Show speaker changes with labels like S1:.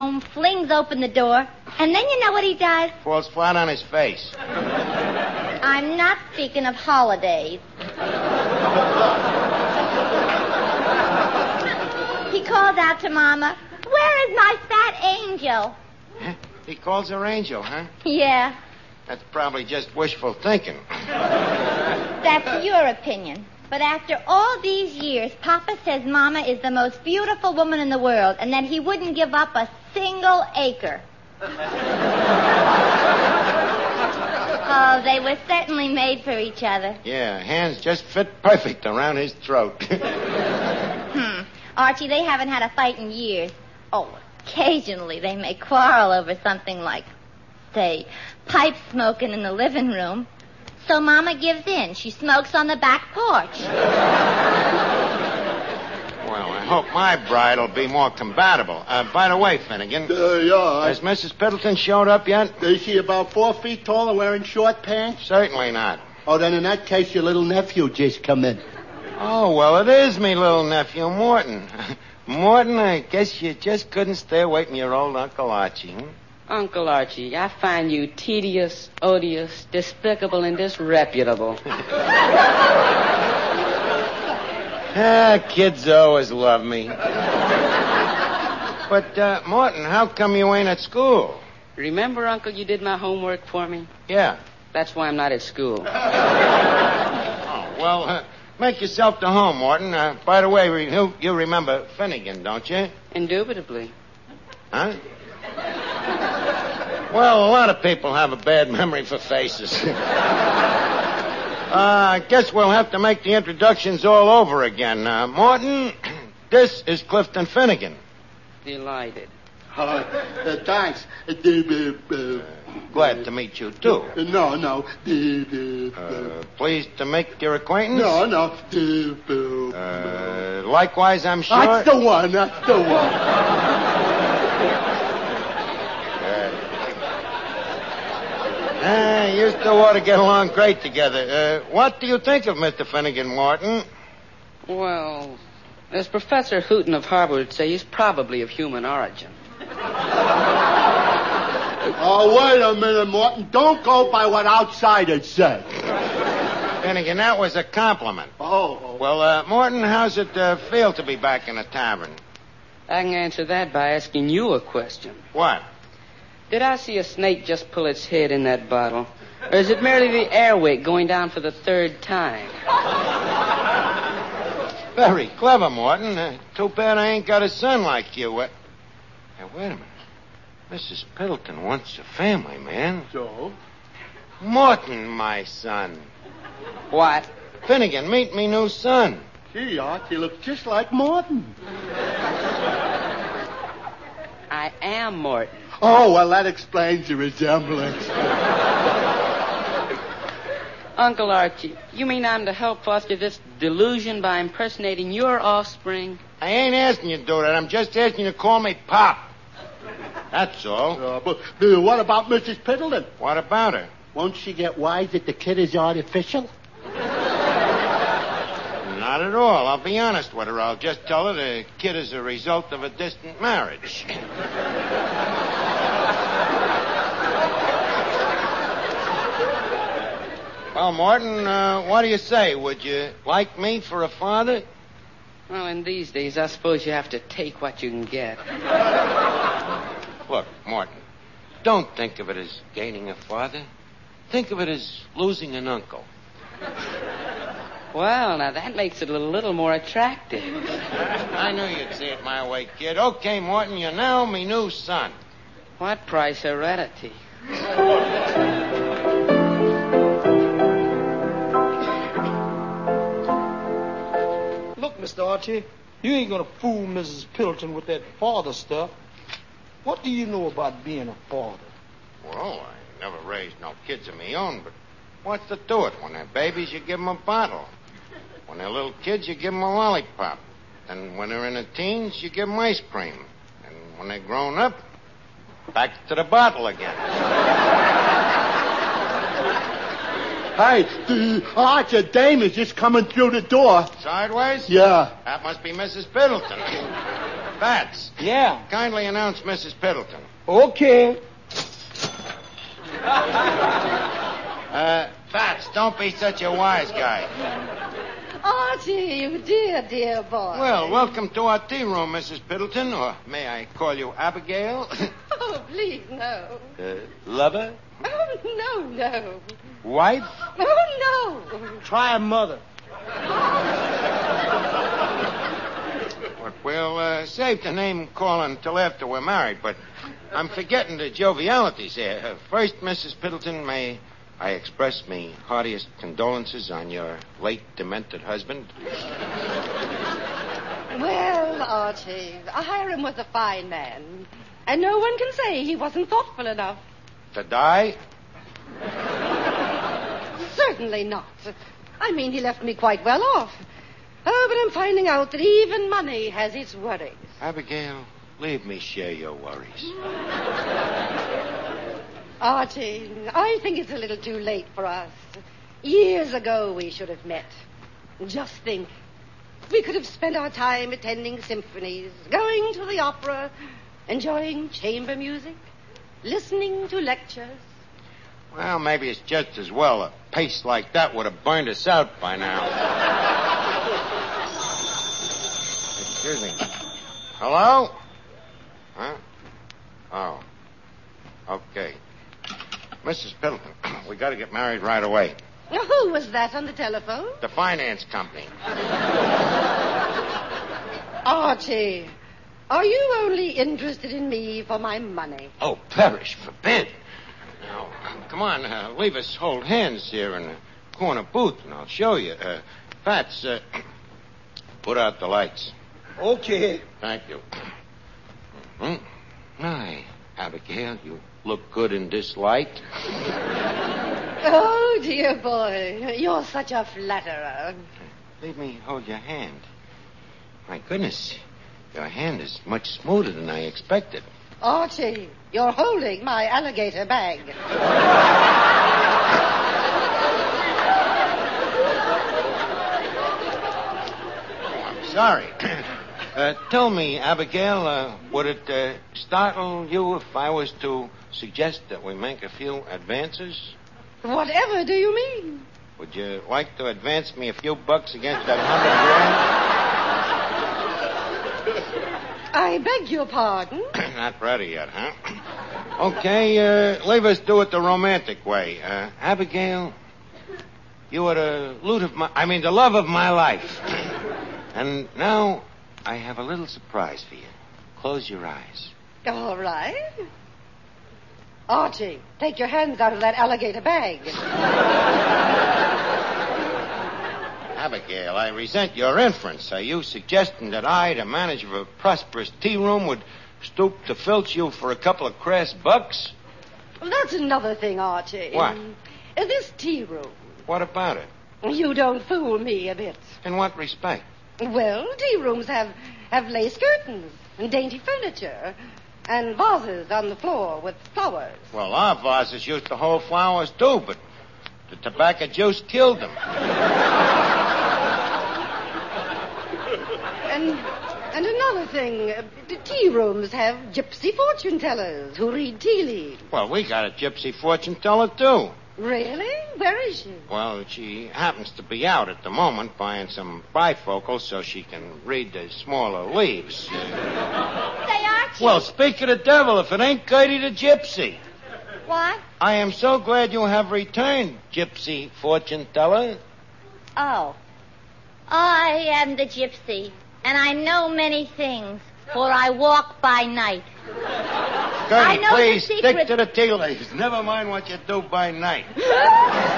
S1: home, flings open the door, and then you know what he does?
S2: Falls flat on his face.
S1: I'm not speaking of holidays. he calls out to Mama, Where is my fat angel?
S2: Huh? He calls her angel, huh?
S1: Yeah,
S2: That's probably just wishful thinking.
S1: that's your opinion. But after all these years, Papa says Mama is the most beautiful woman in the world and that he wouldn't give up a single acre. oh, they were certainly made for each other.
S2: Yeah, hands just fit perfect around his throat.
S1: Hmm. Archie, they haven't had a fight in years. Oh, occasionally they may quarrel over something like, say, pipe smoking in the living room. So Mama gives in. She smokes on the back porch.
S2: well, I hope my bride will be more compatible. Uh, by the way, Finnegan,
S3: Uh, yeah, I,
S2: has Mrs. Piddleton showed up yet?
S3: is she about four feet tall and wearing short pants?
S2: Certainly not.
S3: Oh, then in that case, your little nephew just come in.
S2: Oh, well, it is me little nephew, Morton. Morton, I guess you just couldn't stay away from your old Uncle Archie. hmm?
S4: Uncle Archie, I find you tedious, odious, despicable, and disreputable.
S2: Ah, kids always love me. but, uh, Morton, how come you ain't at school?
S4: Remember, Uncle, you did my homework for me?
S2: Yeah.
S4: That's why I'm not at school.
S2: Oh, well, uh, make yourself to home, Morton. Uh, by the way, re- you, you remember Finnegan, don't you?
S4: Indubitably.
S2: Huh? Well, a lot of people have a bad memory for faces. Uh, I guess we'll have to make the introductions all over again. Uh, Morton, this is Clifton Finnegan.
S4: Delighted.
S3: Uh, uh, thanks. Uh, the- the- uh,
S2: Glad to meet you, too.
S3: uh, no, no. the- the-
S2: Uh, pleased to make your acquaintance.
S3: no, no. the- uh,
S2: Uh, likewise, I'm sure.
S3: That's the one. That's the one.
S2: Ah, you two ought to get along great together. Uh, what do you think of Mr. Finnegan, Morton?
S4: Well, as Professor Hooton of Harvard would say, he's probably of human origin.
S3: Oh, wait a minute, Morton. Don't go by what outsiders say.
S2: Finnegan, that was a compliment.
S3: Oh, oh.
S2: Well, uh, Morton, how's it uh, feel to be back in a tavern?
S4: I can answer that by asking you a question.
S2: What?
S4: Did I see a snake just pull its head in that bottle? Or is it merely the air wick going down for the third time?
S2: Very clever, Morton. Uh, too bad I ain't got a son like you. Uh, now, wait a minute. Mrs. Piddleton wants a family, man.
S3: so?
S2: Morton, my son.
S4: What?
S2: Finnegan, meet me new son.
S3: Gee, Archie looks just like Morton.
S4: I am Morton.
S3: Oh, well, that explains the resemblance.
S4: Uncle Archie, you mean I'm to help foster this delusion by impersonating your offspring?
S2: I ain't asking you to do that. I'm just asking you to call me Pop. That's all.
S3: Uh, but uh, what about Mrs. Piddleton?
S2: What about her?
S3: Won't she get wise that the kid is artificial?
S2: Not at all. I'll be honest with her. I'll just tell her the kid is a result of a distant marriage. well, Morton, uh, what do you say? Would you like me for a father?
S4: Well, in these days, I suppose you have to take what you can get.
S2: Look, Morton, don't think of it as gaining a father. Think of it as losing an uncle.
S4: Well, now that makes it a little more attractive.
S2: I knew you'd see it my way, kid. Okay, Morton, you're now me new son.
S4: What price heredity?
S5: Look, Mr. Archie, you ain't gonna fool Mrs. Piddleton with that father stuff. What do you know about being a father?
S2: Well, I never raised no kids of my own, but what's to do it? When they're babies, you give 'em a bottle. When they're little kids, you give 'em a lollipop. And when they're in the teens, you give 'em ice cream. And when they're grown up, back to the bottle again.
S3: Hey, the Archie Dame is just coming through the door.
S2: Sideways?
S3: Yeah.
S2: That must be Mrs. Piddleton. Bats,
S5: Yeah.
S2: kindly announce Mrs. Piddleton.
S5: Okay.
S2: Uh, Bats, don't be such a wise guy.
S1: Archie, you dear, dear boy.
S2: Well, welcome to our tea room, Mrs. Piddleton, or may I call you Abigail?
S6: Oh, please, no.
S2: uh, lover?
S6: Oh, no, no.
S2: Wife?
S6: Oh, no.
S5: Try mother.
S2: But we'll uh, save the name calling till after we're married, but I'm forgetting the jovialities here. Uh, First, Mrs. Piddleton, may I express my heartiest condolences on your late demented husband?
S6: Well, Archie, Hiram was a fine man. And no one can say he wasn't thoughtful enough.
S2: To die?
S6: Certainly not. I mean, he left me quite well off. Oh, but I'm finding out that even money has its worries.
S2: Abigail, leave me share your worries.
S6: Archie, I think it's a little too late for us. Years ago we should have met. Just think. We could have spent our time attending symphonies, going to the opera, enjoying chamber music, listening to lectures.
S2: Well, maybe it's just as well. A pace like that would have burned us out by now. Excuse me. Hello? Huh? Oh. Okay. Mrs. Piddleton, we got to get married right away.
S6: Now, who was that on the telephone?
S2: The finance company.
S6: Archie, are you only interested in me for my money?
S2: Oh, perish forbid. Now, come on, uh, leave us hold hands here in the corner booth, and I'll show you. Uh, Fats, uh, put out the lights.
S5: Okay.
S2: Thank you. Hmm? My, Abigail, you look good in this light.
S6: Oh, dear boy, you're such a flatterer.
S2: Leave me hold your hand. My goodness, your hand is much smoother than I expected.
S6: Archie, you're holding my alligator bag.
S2: I'm sorry. uh, tell me, Abigail, uh, would it uh, startle you if I was to suggest that we make a few advances?
S6: Whatever do you mean?
S2: Would you like to advance me a few bucks against that hundred grand?
S6: I beg your pardon.
S2: Not ready yet, huh? Okay, uh, leave us do it the romantic way. Uh, Abigail, you are the loot of my, I mean, the love of my life. and now I have a little surprise for you. Close your eyes.
S6: All right. Archie, take your hands out of that alligator bag.
S2: Abigail, I resent your inference. Are you suggesting that I, the manager of a prosperous tea room, would stoop to filch you for a couple of crass bucks?
S6: Well, that's another thing, Archie.
S2: What?
S6: Uh, This tea room.
S2: What about it?
S6: You don't fool me a bit.
S2: In what respect?
S6: Well, tea rooms have, have lace curtains and dainty furniture and vases on the floor with flowers.
S2: Well, our vases used to hold flowers too, but the tobacco juice killed them.
S6: And, and another thing, uh, the tea rooms have gypsy fortune tellers who read tea leaves.
S2: Well, we got a gypsy fortune teller too.
S6: Really? Where is she?
S2: Well, she happens to be out at the moment buying some bifocals so she can read the smaller leaves.
S1: Say, Archie.
S2: Well, speak of the devil if it ain't Gertie the gypsy.
S1: What?
S2: I am so glad you have returned, gypsy fortune teller.
S1: Oh. I am the gypsy, and I know many things, for I walk by night.
S2: Gertie,
S1: know the
S2: please
S1: secret.
S2: stick to the tea leaves. Never mind what you do by night.